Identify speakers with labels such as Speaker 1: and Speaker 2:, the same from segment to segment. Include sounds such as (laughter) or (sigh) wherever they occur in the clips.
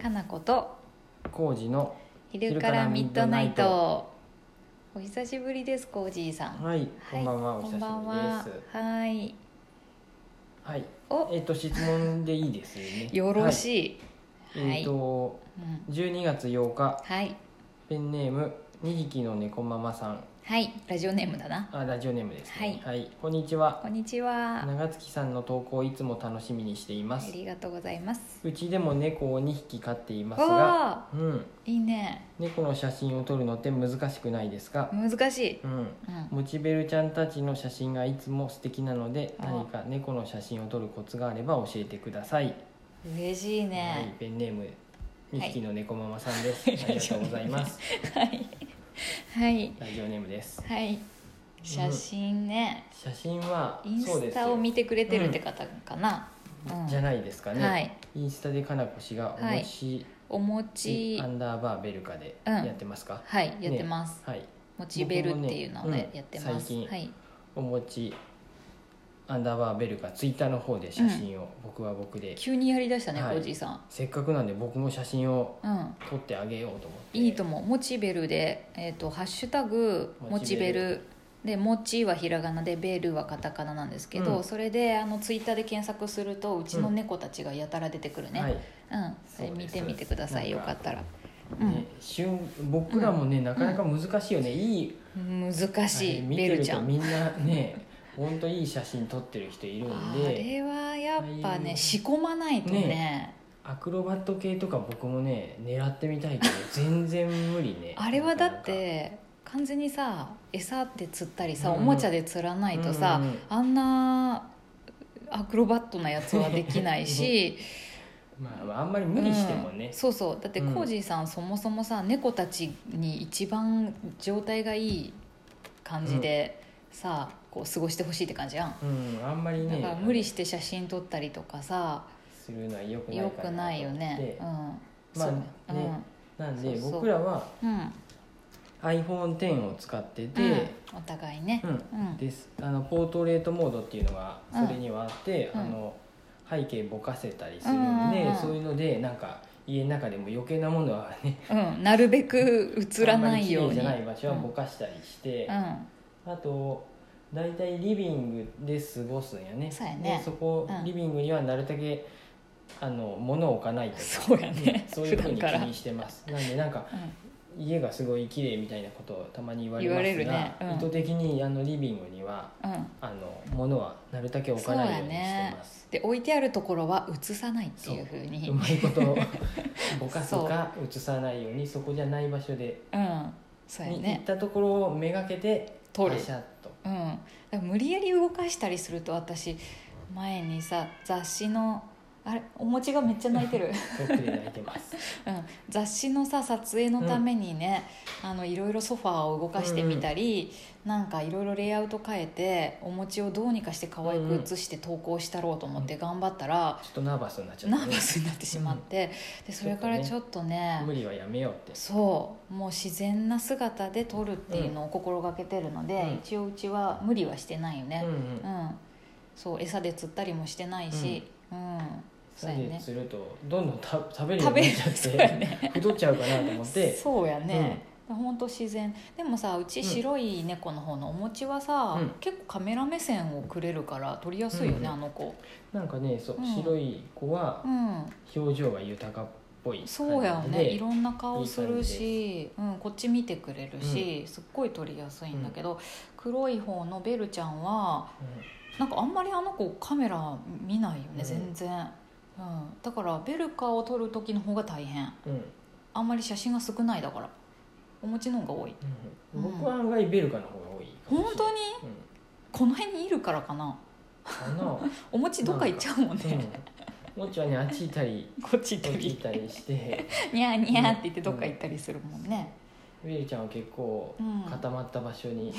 Speaker 1: 花子と
Speaker 2: 工事の
Speaker 1: 昼からミッドナイトお久しぶりですコージーさん、
Speaker 2: はい、こんばんは、お
Speaker 1: こ
Speaker 2: 久し
Speaker 1: んばんは
Speaker 2: ぶりです
Speaker 1: はい
Speaker 2: はい
Speaker 1: お
Speaker 2: えっ、と質問でいいですよね
Speaker 1: (laughs) よろしい
Speaker 2: は、
Speaker 1: はいい、
Speaker 2: えっ、と
Speaker 1: うん
Speaker 2: 12月8日
Speaker 1: はい
Speaker 2: ペンネーム2匹の猫ママさん
Speaker 1: はいラジオネームだな
Speaker 2: あラジオネームですね
Speaker 1: は
Speaker 2: はい、こんにちは
Speaker 1: こんにちは
Speaker 2: 長月さんの投稿をいつも楽しみにしていま
Speaker 1: あ
Speaker 2: す
Speaker 1: りがとうございます
Speaker 2: うちでも猫を2匹飼っていますが
Speaker 1: わあ
Speaker 2: うん
Speaker 1: いいね
Speaker 2: 猫の写真を撮るのって難しくないですか
Speaker 1: 難しい、
Speaker 2: うん
Speaker 1: うん、
Speaker 2: モチベルちゃんたちの写真がいつも素敵なので
Speaker 1: あ
Speaker 2: 何か猫の写真を撮るコツがあれば教えてください、
Speaker 1: 嬉しい
Speaker 2: はい
Speaker 1: ね、
Speaker 2: ペンネーム2
Speaker 1: はい
Speaker 2: 匹の猫ママさんです、ありがとうござ
Speaker 1: (laughs)
Speaker 2: います
Speaker 1: はいはい
Speaker 2: ラジオネームです
Speaker 1: はい写真ね、
Speaker 2: 写真は
Speaker 1: イン
Speaker 2: そうで
Speaker 1: ス
Speaker 2: すよ
Speaker 1: タを見てくれてるって方かな、うん
Speaker 2: じゃないですかね、
Speaker 1: はい
Speaker 2: インスタでかなこ氏がお
Speaker 1: はい
Speaker 2: もし、
Speaker 1: お餅
Speaker 2: アンダーバーベルカで
Speaker 1: うん
Speaker 2: やってますか、
Speaker 1: はいやってます、
Speaker 2: はい
Speaker 1: モチベルっていうの
Speaker 2: 僕も
Speaker 1: で
Speaker 2: ね
Speaker 1: やってます、
Speaker 2: うん最近
Speaker 1: はい
Speaker 2: おもちアンダーバーベルカツイッターの方で写真を僕は僕で、
Speaker 1: 急にやりだしたね、
Speaker 2: はい
Speaker 1: おじいさん
Speaker 2: せっかくなんで僕も写真を
Speaker 1: うん
Speaker 2: 撮ってあげようと思って
Speaker 1: いいと思うモチベルで、えーと「ハッシュタグモ
Speaker 2: モ
Speaker 1: チ
Speaker 2: チ
Speaker 1: ベ
Speaker 2: ベル
Speaker 1: ル」で「モチ」はひらがなで「ベル」はカタカナなんですけど、
Speaker 2: うん
Speaker 1: それであのツイッターで検索するとうちの猫たちがやたら出てくるね、
Speaker 2: はい
Speaker 1: うんそれ
Speaker 2: そう
Speaker 1: 見
Speaker 2: です
Speaker 1: てみてくださいよ
Speaker 2: なんか
Speaker 1: かったら、
Speaker 2: ね、旬僕らもね、なかなか難しいよね、いい
Speaker 1: うん、難しい、
Speaker 2: あれ見
Speaker 1: ベ
Speaker 2: て
Speaker 1: ル
Speaker 2: る
Speaker 1: ちゃ
Speaker 2: と
Speaker 1: ん
Speaker 2: みんなね (laughs) 本当いい写真撮ってる人いるん
Speaker 1: あ
Speaker 2: で
Speaker 1: れはやっぱ
Speaker 2: ああい
Speaker 1: ね
Speaker 2: う
Speaker 1: 仕込まないとね
Speaker 2: ねアクロバット系とか僕もね狙ってみ
Speaker 1: (laughs)
Speaker 2: たいけど全然無理ね
Speaker 1: あれはだって完全にさ餌で釣ったりさ、
Speaker 2: うん
Speaker 1: おもちゃで釣らないとさ、
Speaker 2: うんうん
Speaker 1: あんなアクロバットなやつはできないし
Speaker 2: まあまああんまり (laughs) 無理しても
Speaker 1: う
Speaker 2: ね
Speaker 1: ん、そうそうだって
Speaker 2: うん
Speaker 1: コージーさん、そもそもさ猫たちに一番状態がいい感じでさ、こう過ごしてほしいって感じやん
Speaker 2: うんあんまり
Speaker 1: だ
Speaker 2: ね
Speaker 1: から無理して写真撮ったりとかさ
Speaker 2: するのはよくない
Speaker 1: よ
Speaker 2: か
Speaker 1: く
Speaker 2: な
Speaker 1: ない
Speaker 2: と
Speaker 1: よ
Speaker 2: 思って
Speaker 1: ね、うん、
Speaker 2: まあ
Speaker 1: そう
Speaker 2: ねなんで
Speaker 1: そうそう
Speaker 2: 僕らは
Speaker 1: うん、うん、
Speaker 2: iPhone10 を使ってて、
Speaker 1: うんお互いね
Speaker 2: うん
Speaker 1: うん
Speaker 2: ですあのポートレートモードっていうのが
Speaker 1: うん
Speaker 2: それにはあって、
Speaker 1: うん
Speaker 2: あの背景ぼかせたりするんで、
Speaker 1: うんうんうん
Speaker 2: そういうのでなんか家の中でも余計なものはね
Speaker 1: うん、なるべく映らないように
Speaker 2: あんまり綺麗じゃない場所はぼかしたりして
Speaker 1: う、ん
Speaker 2: あと大体リビングで過ごすんやね
Speaker 1: そうやね
Speaker 2: でそこ、
Speaker 1: うん
Speaker 2: リビングにはなるだけあの物を置かないとか
Speaker 1: そうやね
Speaker 2: そういうふうに
Speaker 1: 普
Speaker 2: 気
Speaker 1: 段から
Speaker 2: にしてますなんでなんか
Speaker 1: う
Speaker 2: 家がすごい綺麗みたいなことをたまに言われ
Speaker 1: 言わ
Speaker 2: ます
Speaker 1: れ
Speaker 2: が
Speaker 1: るねうん
Speaker 2: 意図的にあのリビングには
Speaker 1: んうん
Speaker 2: あの物はなるだけ置かないようにしてます。
Speaker 1: で置いてあるところは映さないっていうふうに
Speaker 2: うまいこと
Speaker 1: (laughs)
Speaker 2: ぼかすか映さないようにそこじゃない場所で、
Speaker 1: うんそうや
Speaker 2: に行っ
Speaker 1: ね
Speaker 2: たところをめがけて
Speaker 1: 撮る
Speaker 2: パシャッと
Speaker 1: うんだから無理やり動かしたりすると私前にさ雑誌のあれお餅がめっちゃ泣いてる、 (laughs)
Speaker 2: 撮っていただいてます。
Speaker 1: うん、雑誌のさ撮影のためにね、あのいろいろソファーを動かしてみたり、なんかいろいろレイアウト変えてお餅をどうにかして可愛く写して投稿したろうと思って頑張ったら、
Speaker 2: ちょっとナーバスになっちゃっ
Speaker 1: ナ
Speaker 2: た、
Speaker 1: ーバスになってしまって、でそれからちょっとね
Speaker 2: 無理はやめようって。
Speaker 1: そうもう自然な姿で撮るっていうのを心がけてるので、
Speaker 2: うん
Speaker 1: 一応うちは無理はしてないよね
Speaker 2: うんう。
Speaker 1: うんん、そう餌で釣ったりもしてないしうん、
Speaker 2: そ
Speaker 1: そう
Speaker 2: れ
Speaker 1: や
Speaker 2: で
Speaker 1: ね
Speaker 2: するとどんどんた食べるようになっちゃっ
Speaker 1: 食べるそうや
Speaker 2: て、 (laughs) 太っちゃうかなと思
Speaker 1: (laughs)
Speaker 2: って。
Speaker 1: そうやね、ほんと自然でもさうち白い猫の方のお餅はさ、
Speaker 2: うん
Speaker 1: 結構カメラ目線をくれるから撮りやすいよね、
Speaker 2: うん
Speaker 1: あの子
Speaker 2: なんかね、そう、
Speaker 1: うん
Speaker 2: 白い子は
Speaker 1: うん
Speaker 2: 表情が豊かっぽい感じで。
Speaker 1: そうやねいろんな顔するし
Speaker 2: い
Speaker 1: うん、こっち見てくれるし、すっごい撮りやすいんだけど、黒い方のベルちゃんは
Speaker 2: うん
Speaker 1: なんかあんまりあの子カメラ見ないよね、
Speaker 2: うん
Speaker 1: 全然、うん、だからベルカを撮る時の方が大変
Speaker 2: うん
Speaker 1: あんまり写真が少ないだからお持ちの方が多い
Speaker 2: うん
Speaker 1: うん
Speaker 2: 僕は案外ベルカの方が多いかも
Speaker 1: 本
Speaker 2: しれない
Speaker 1: 当に
Speaker 2: うん
Speaker 1: この辺にいるからかな
Speaker 2: あの、
Speaker 1: (laughs) お持ちどっか行っちゃうもんね、
Speaker 2: うん、もっちはねあっち行ったり
Speaker 1: こっち行った
Speaker 2: こっち行
Speaker 1: り
Speaker 2: ったりして
Speaker 1: ニャーニャーって言ってどっか行ったりするもんね、
Speaker 2: ベルちゃんは結構
Speaker 1: うん
Speaker 2: 固まった場所に、か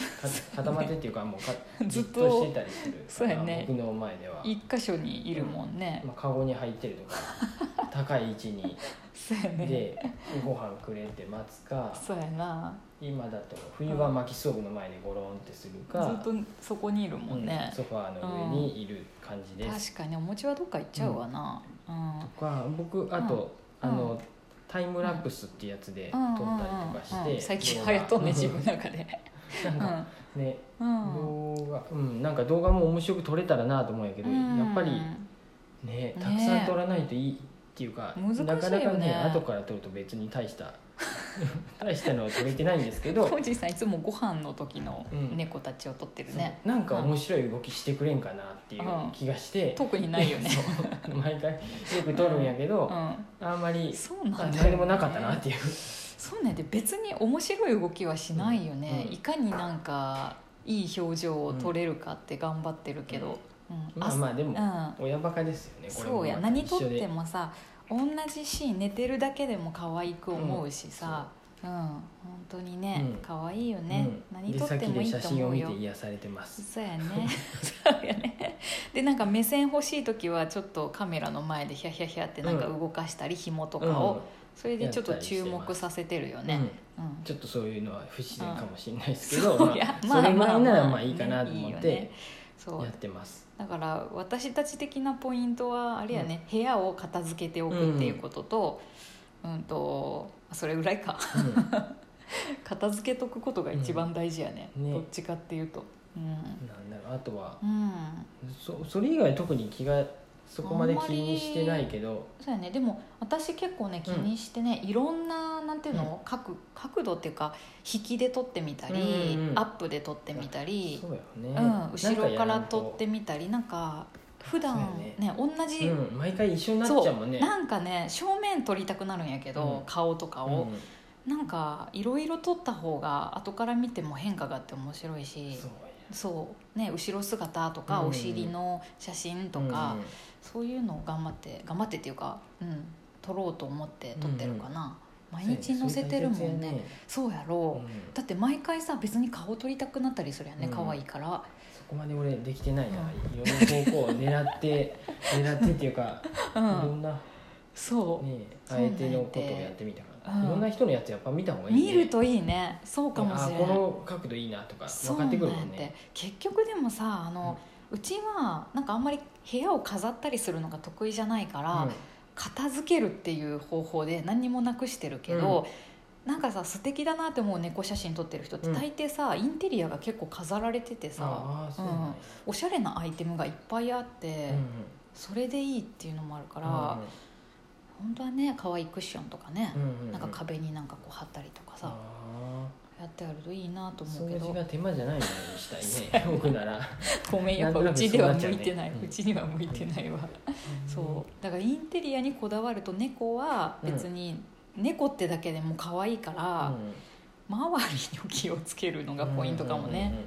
Speaker 2: 固まってっていうかもうか
Speaker 1: (laughs) ず
Speaker 2: ず
Speaker 1: っ
Speaker 2: っ
Speaker 1: と
Speaker 2: としてたりするから
Speaker 1: そうやね
Speaker 2: 僕の前では、
Speaker 1: 一箇所にいるもんね、
Speaker 2: まあ、カゴに入ってると
Speaker 1: (laughs)
Speaker 2: か高い位置に
Speaker 1: そうやね
Speaker 2: でご飯くれて待つか
Speaker 1: そうやな
Speaker 2: 今だと冬は薪ストーブの前でゴロンってする
Speaker 1: ず
Speaker 2: か、
Speaker 1: っとそこにいるもんね
Speaker 2: うん、ソファーの上にいる感じです、
Speaker 1: 確かにお餅はどっか行っちゃうわなうん、
Speaker 2: とか僕あと、
Speaker 1: うん
Speaker 2: あのタイムラプスっていうやつで撮
Speaker 1: うん
Speaker 2: っ
Speaker 1: う
Speaker 2: た
Speaker 1: ん
Speaker 2: り
Speaker 1: うん
Speaker 2: とかして、
Speaker 1: うん最近流行っとんね自分の中で
Speaker 2: (laughs) な
Speaker 1: うん
Speaker 2: か
Speaker 1: ん
Speaker 2: ね、
Speaker 1: うん
Speaker 2: 動画うんなんか動画も面白く撮れたらなと思うんやけど、
Speaker 1: うん
Speaker 2: やっぱりねたくさん撮らないといいっていうか、
Speaker 1: 難しいよね
Speaker 2: なかなかね後から撮ると別に大した
Speaker 1: (laughs)
Speaker 2: 大したのは撮れてないんですけど、
Speaker 1: コージーさんいつもご飯の時の猫たちを撮ってる (laughs) ね、
Speaker 2: そうなんか面白い動きしてくれんかなっていう気がして、
Speaker 1: 特にないよね
Speaker 2: (laughs) そう毎回よく撮るんやけど、
Speaker 1: う
Speaker 2: あんまり
Speaker 1: ん、そうなんだよ、ね、
Speaker 2: 誰もなかったなっていう、
Speaker 1: そうねで別に面白い動きはしないよね、
Speaker 2: うん
Speaker 1: いかになんかいい表情を撮れるかって頑張ってるけど、うん
Speaker 2: まあまあでも、
Speaker 1: うん
Speaker 2: 親バカですよねこれも
Speaker 1: そうや
Speaker 2: また
Speaker 1: 何
Speaker 2: 一
Speaker 1: 撮
Speaker 2: 緒
Speaker 1: っ
Speaker 2: で
Speaker 1: てもさ同じシーン寝てるだけでも可愛く思うしさ、うん本当にね、
Speaker 2: うん
Speaker 1: 可愛いよね、
Speaker 2: うん
Speaker 1: 何撮ってもいい
Speaker 2: 出
Speaker 1: と
Speaker 2: 先で写真
Speaker 1: 思
Speaker 2: を
Speaker 1: う
Speaker 2: 見
Speaker 1: よ
Speaker 2: て癒されてます
Speaker 1: そうやねそうやねでなんか目線欲しい時はちょっとカメラの前でヒャヒャヒャってなんか動かしたり紐とかを、それでちょっと注目させてるよ
Speaker 2: うんうん
Speaker 1: ね、うん
Speaker 2: ちょっとそういうのは不自然かもしれないですけど、
Speaker 1: そう
Speaker 2: ま
Speaker 1: や
Speaker 2: あ、それぐらいならまあいいかなと思っ
Speaker 1: ねいいよね
Speaker 2: て
Speaker 1: そ
Speaker 2: やっ
Speaker 1: う
Speaker 2: てます、
Speaker 1: だから私たち的なポイントはあれやね、部屋を片付けておくっていうことと、うん、とそれぐらいか
Speaker 2: うん
Speaker 1: 片付けとくことが一番大事やね,、
Speaker 2: うんね
Speaker 1: どっちかっていうとうん、
Speaker 2: なんだろうあとは
Speaker 1: うん、
Speaker 2: そそれ以外特に気がそこまで気にしてないけど
Speaker 1: そうやねでも私結構ね気にしてね、いろんななんていうの、角角度っていうか引きで撮ってみたり、
Speaker 2: うんうん
Speaker 1: アップで撮ってみたり
Speaker 2: そうよね、
Speaker 1: うん、後ろか
Speaker 2: な
Speaker 1: ら
Speaker 2: んやらんと
Speaker 1: 撮ってみたりなんか普段ね
Speaker 2: そう
Speaker 1: 同じ、
Speaker 2: うん、毎回一緒になっち
Speaker 1: そ
Speaker 2: ゃうもんね
Speaker 1: なんかね正面撮りたくなるんやけど、
Speaker 2: うん
Speaker 1: 顔とか
Speaker 2: う
Speaker 1: を、
Speaker 2: ん
Speaker 1: なんかいろいろ撮った方が後から見ても変化があって面白いし
Speaker 2: そうや
Speaker 1: そう、ね、後ろ姿とか、
Speaker 2: うんうん
Speaker 1: お尻の写真とか、そういうのを頑張って頑張ってっていうか、うん、撮ろうと思って撮ってるかな、
Speaker 2: うん
Speaker 1: 毎日載せてるもんね
Speaker 2: そ
Speaker 1: そ
Speaker 2: うや
Speaker 1: うや
Speaker 2: そ
Speaker 1: ろ
Speaker 2: う
Speaker 1: う、
Speaker 2: やね
Speaker 1: だって毎回さ別に顔撮りたくなったりするやんね、
Speaker 2: うん
Speaker 1: 可愛いから
Speaker 2: そこまで俺できてないな、
Speaker 1: う
Speaker 2: いろんな方向を狙って
Speaker 1: (laughs)
Speaker 2: 狙ってっていうか、
Speaker 1: う
Speaker 2: いろ
Speaker 1: ん
Speaker 2: んな、ね、
Speaker 1: そう、
Speaker 2: 相手のことをやってみたから、
Speaker 1: うん
Speaker 2: いろんな人のやつやっぱ見た方がいい、ね、
Speaker 1: 見るといいねそうかもしれ
Speaker 2: あこ
Speaker 1: ない
Speaker 2: の角度いいなとか
Speaker 1: そう
Speaker 2: 分か
Speaker 1: な
Speaker 2: っ
Speaker 1: んや
Speaker 2: てくるも
Speaker 1: っ
Speaker 2: ん
Speaker 1: て
Speaker 2: ね
Speaker 1: 結局でもさあの、うちはなんかあんまり部屋を飾ったりするのが得意じゃないから、片付けるっていう方法で何にもなくしてるけど、なんかさ素敵だなって思う猫写真撮ってる人って
Speaker 2: うん
Speaker 1: 大抵さ、インテリアが結構飾られてて
Speaker 2: うん、
Speaker 1: さ
Speaker 2: ああそうなんや
Speaker 1: おしゃれなアイテムがいっぱいあって、
Speaker 2: うんうん
Speaker 1: それでいいっていうのもあるから、本当はね可愛いクッションとかね、
Speaker 2: うんうんうん
Speaker 1: なんか壁になんかこう貼ったりとかさ、
Speaker 2: あ
Speaker 1: やってあるといいなと
Speaker 2: ー
Speaker 1: 思うけ
Speaker 2: 掃
Speaker 1: ど
Speaker 2: 除が手間じゃないようにしたいね僕なら
Speaker 1: (laughs) ごめんやっぱ
Speaker 2: な
Speaker 1: うん
Speaker 2: となく
Speaker 1: ちでは向いてない
Speaker 2: そうなっちゃうねうん
Speaker 1: うちには向いてないわそうだからインテリアにこだわると猫は別に猫ってだけでも可愛いか
Speaker 2: う
Speaker 1: ら、
Speaker 2: ん
Speaker 1: 周りに気をつけるのがポイントかもね、
Speaker 2: うんうんうん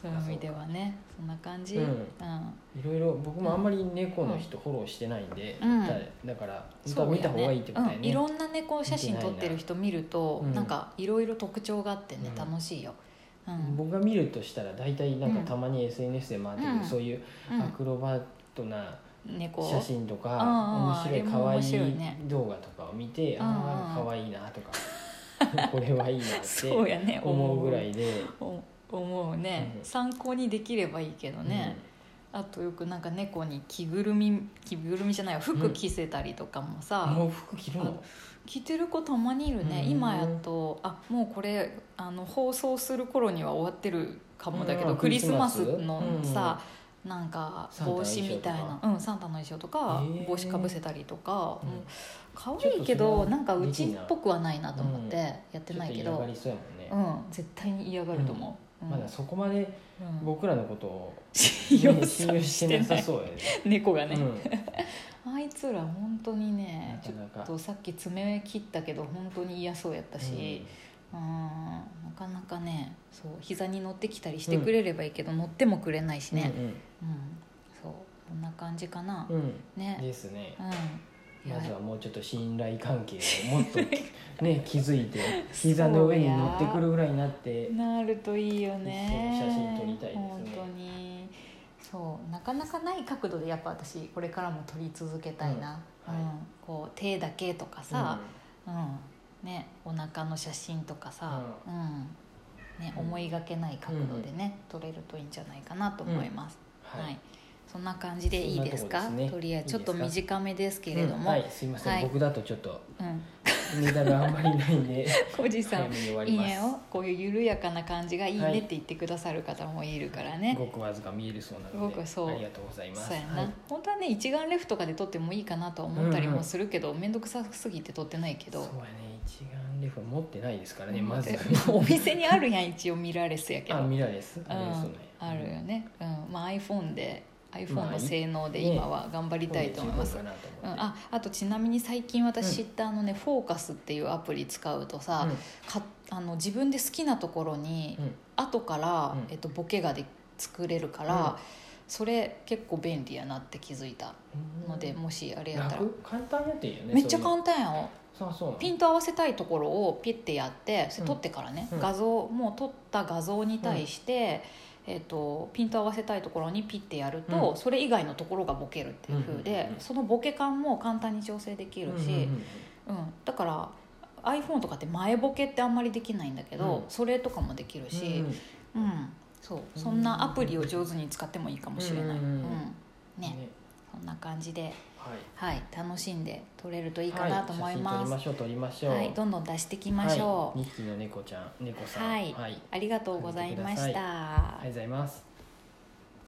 Speaker 1: そういう意味ではねそんな感じ
Speaker 2: う
Speaker 1: うんん、
Speaker 2: いろいろ僕もあんまり猫の人フォローしてないんで、
Speaker 1: うん
Speaker 2: だだから本当
Speaker 1: そ
Speaker 2: は
Speaker 1: う
Speaker 2: 見た方がいいってことだよ
Speaker 1: うん、
Speaker 2: ね
Speaker 1: いろんな猫写真撮ってる人見ると
Speaker 2: 見てないな
Speaker 1: なんかいろいろ特徴があってね、
Speaker 2: うん
Speaker 1: 楽しいよ、うんうん
Speaker 2: 僕が見るとしたら大体なんか
Speaker 1: うん
Speaker 2: たまに SNS で回ってくる、
Speaker 1: うん
Speaker 2: そういうアクロバットな
Speaker 1: 猫
Speaker 2: 写真とか、
Speaker 1: あー
Speaker 2: 面白い
Speaker 1: あれも
Speaker 2: 可愛
Speaker 1: 面白い
Speaker 2: い
Speaker 1: ね
Speaker 2: 動画とかを見て、
Speaker 1: うん
Speaker 2: ああ可愛いなとか (laughs) これはいいなっ
Speaker 1: (laughs) そう
Speaker 2: て
Speaker 1: やね
Speaker 2: 思うぐらいで、
Speaker 1: お思うね、
Speaker 2: うん
Speaker 1: 参考にできればいいけどね、あとよくなんか猫に着ぐるみ着ぐるみじゃないわ服着せたりとかも
Speaker 2: うん
Speaker 1: さ、
Speaker 2: もう服着るの
Speaker 1: 着てる子たまにいるね、
Speaker 2: うん
Speaker 1: 今やとあもうこれあの放送する頃には終わってるかもだけど、クリスマスのさ、、なんか
Speaker 2: サンタの
Speaker 1: 帽子みたいなうん、サンタの衣装とか
Speaker 2: へえ
Speaker 1: 帽子かぶせたりとか、
Speaker 2: うん
Speaker 1: うん可
Speaker 2: ちょっ
Speaker 1: 愛いけ
Speaker 2: とそれ
Speaker 1: ど
Speaker 2: は
Speaker 1: なんかう
Speaker 2: で
Speaker 1: ち
Speaker 2: き
Speaker 1: っ
Speaker 2: んな
Speaker 1: ぽくはないなと思って
Speaker 2: うん
Speaker 1: やって
Speaker 2: ちょっ
Speaker 1: な
Speaker 2: と
Speaker 1: いけ
Speaker 2: 嫌
Speaker 1: ど
Speaker 2: が、りそうやもんね、
Speaker 1: うん、絶対に嫌がると思う、うん
Speaker 2: まだそこまで
Speaker 1: うん
Speaker 2: 僕らのこ
Speaker 1: (laughs)
Speaker 2: とを、
Speaker 1: 信用
Speaker 2: ね
Speaker 1: さ
Speaker 2: 信用してなさ
Speaker 1: して
Speaker 2: そうやね
Speaker 1: ない猫がね、
Speaker 2: うん
Speaker 1: あいつら本当にね
Speaker 2: なかなか
Speaker 1: ちょっとさっき爪切ったけど本当に嫌そうやったし、うん、なかなかねそう膝に乗ってきたりしてくれればいいけど、乗ってもくれないし
Speaker 2: うん
Speaker 1: ね、うんそうこんな感じかな、
Speaker 2: うんうんうん、
Speaker 1: ね、
Speaker 2: ですね
Speaker 1: うん、いや
Speaker 2: まずはもうちょっと信頼関係をもっ
Speaker 1: (laughs)
Speaker 2: とね気づいて膝の上に乗ってくるぐらいになって
Speaker 1: なるといいよね
Speaker 2: 一緒に写真撮りたいですね
Speaker 1: 本当にそうなかなかない角度でやっぱ私これからも撮り続けたいな、
Speaker 2: う
Speaker 1: うんん
Speaker 2: はい
Speaker 1: こう手だけとかさ、うんね、お腹の写真とかさ、うんね、
Speaker 2: うん
Speaker 1: 思いがけない角度でね、撮れるといいんじゃないかなと思います、
Speaker 2: うん
Speaker 1: はい、そんな感じでいいですか
Speaker 2: そん
Speaker 1: と
Speaker 2: なとこですね
Speaker 1: りあえずちょっと
Speaker 2: いいです
Speaker 1: 短めですけ
Speaker 2: け
Speaker 1: れども
Speaker 2: はいすいません、
Speaker 1: はい
Speaker 2: 僕だとちょっと
Speaker 1: うん
Speaker 2: メダルあんまりないん
Speaker 1: (laughs)
Speaker 2: で
Speaker 1: おじさ
Speaker 2: 早
Speaker 1: ん
Speaker 2: めに終わ
Speaker 1: い
Speaker 2: り
Speaker 1: い
Speaker 2: ま
Speaker 1: ね
Speaker 2: す
Speaker 1: をこういう緩やかな感じがいい
Speaker 2: は
Speaker 1: ね
Speaker 2: い
Speaker 1: って言ってくださる方もいるからね、
Speaker 2: ごくわずか見えるそうなの
Speaker 1: ご
Speaker 2: で
Speaker 1: くそう
Speaker 2: ありがとうございます
Speaker 1: そうやな、
Speaker 2: はい
Speaker 1: 本当はね一眼レフとかで撮ってもいいかなとは思ったりもするけど面倒、くさすぎて撮ってないけ
Speaker 2: そう
Speaker 1: ど
Speaker 2: やね一眼レフは持ってないですからね
Speaker 1: 思
Speaker 2: ま
Speaker 1: っ
Speaker 2: ず
Speaker 1: て (laughs) お店にあるやん一応ミラーレスやけど
Speaker 2: (laughs) あミラーレス
Speaker 1: う
Speaker 2: ありますよ
Speaker 1: ん
Speaker 2: ね、
Speaker 1: あるよね、うんまあ、iPhone で iPhone
Speaker 2: まあ
Speaker 1: の性能で
Speaker 2: ね
Speaker 1: 今は頑張りたいと思います、
Speaker 2: これで十分
Speaker 1: うん
Speaker 2: かなと思っ
Speaker 1: ああとちなみに最近私知
Speaker 2: う
Speaker 1: ったあのね、フォーカスっていうアプリ使うとさ、かあの自分で好きなところに
Speaker 2: てうんうん
Speaker 1: 後から、
Speaker 2: うん
Speaker 1: えっと、ボケがで作れるから、
Speaker 2: うん
Speaker 1: それ結構便利やなって気づいたので、もしあれやったら
Speaker 2: 楽簡単やっていいよね
Speaker 1: めっちゃ
Speaker 2: そういう
Speaker 1: 簡単やん
Speaker 2: そうそう
Speaker 1: ピ
Speaker 2: ン
Speaker 1: ント合わせたいところをピッてやってそれ
Speaker 2: うん
Speaker 1: 撮ってからね、
Speaker 2: うん
Speaker 1: 画像もう撮った画像に対して、えっとピント合わせたいところにピッてやると、
Speaker 2: うん
Speaker 1: それ以外のところがボケるっていう風で、
Speaker 2: うんうんうんうん
Speaker 1: そのボケ感も簡単に調整できるし、うん、だから。iPhone とかって前ボケってあんまりできないんだけど、
Speaker 2: うん
Speaker 1: それとかもできるし、うんそうそんなアプリを上手に使ってもいいかもしれない、う
Speaker 2: うんんうんうん
Speaker 1: ねそんな感じで、
Speaker 2: はい
Speaker 1: はい、楽しんで撮れるといいかなと思い
Speaker 2: は
Speaker 1: ます、
Speaker 2: 写真撮りましょう撮りましょう
Speaker 1: はい、どんどん出していきましょう、
Speaker 2: はい、2匹の猫ちゃん猫さん
Speaker 1: はい
Speaker 2: はい、ありがとう
Speaker 1: ありがとうございま
Speaker 2: 書い
Speaker 1: して
Speaker 2: くだ
Speaker 1: た
Speaker 2: ございます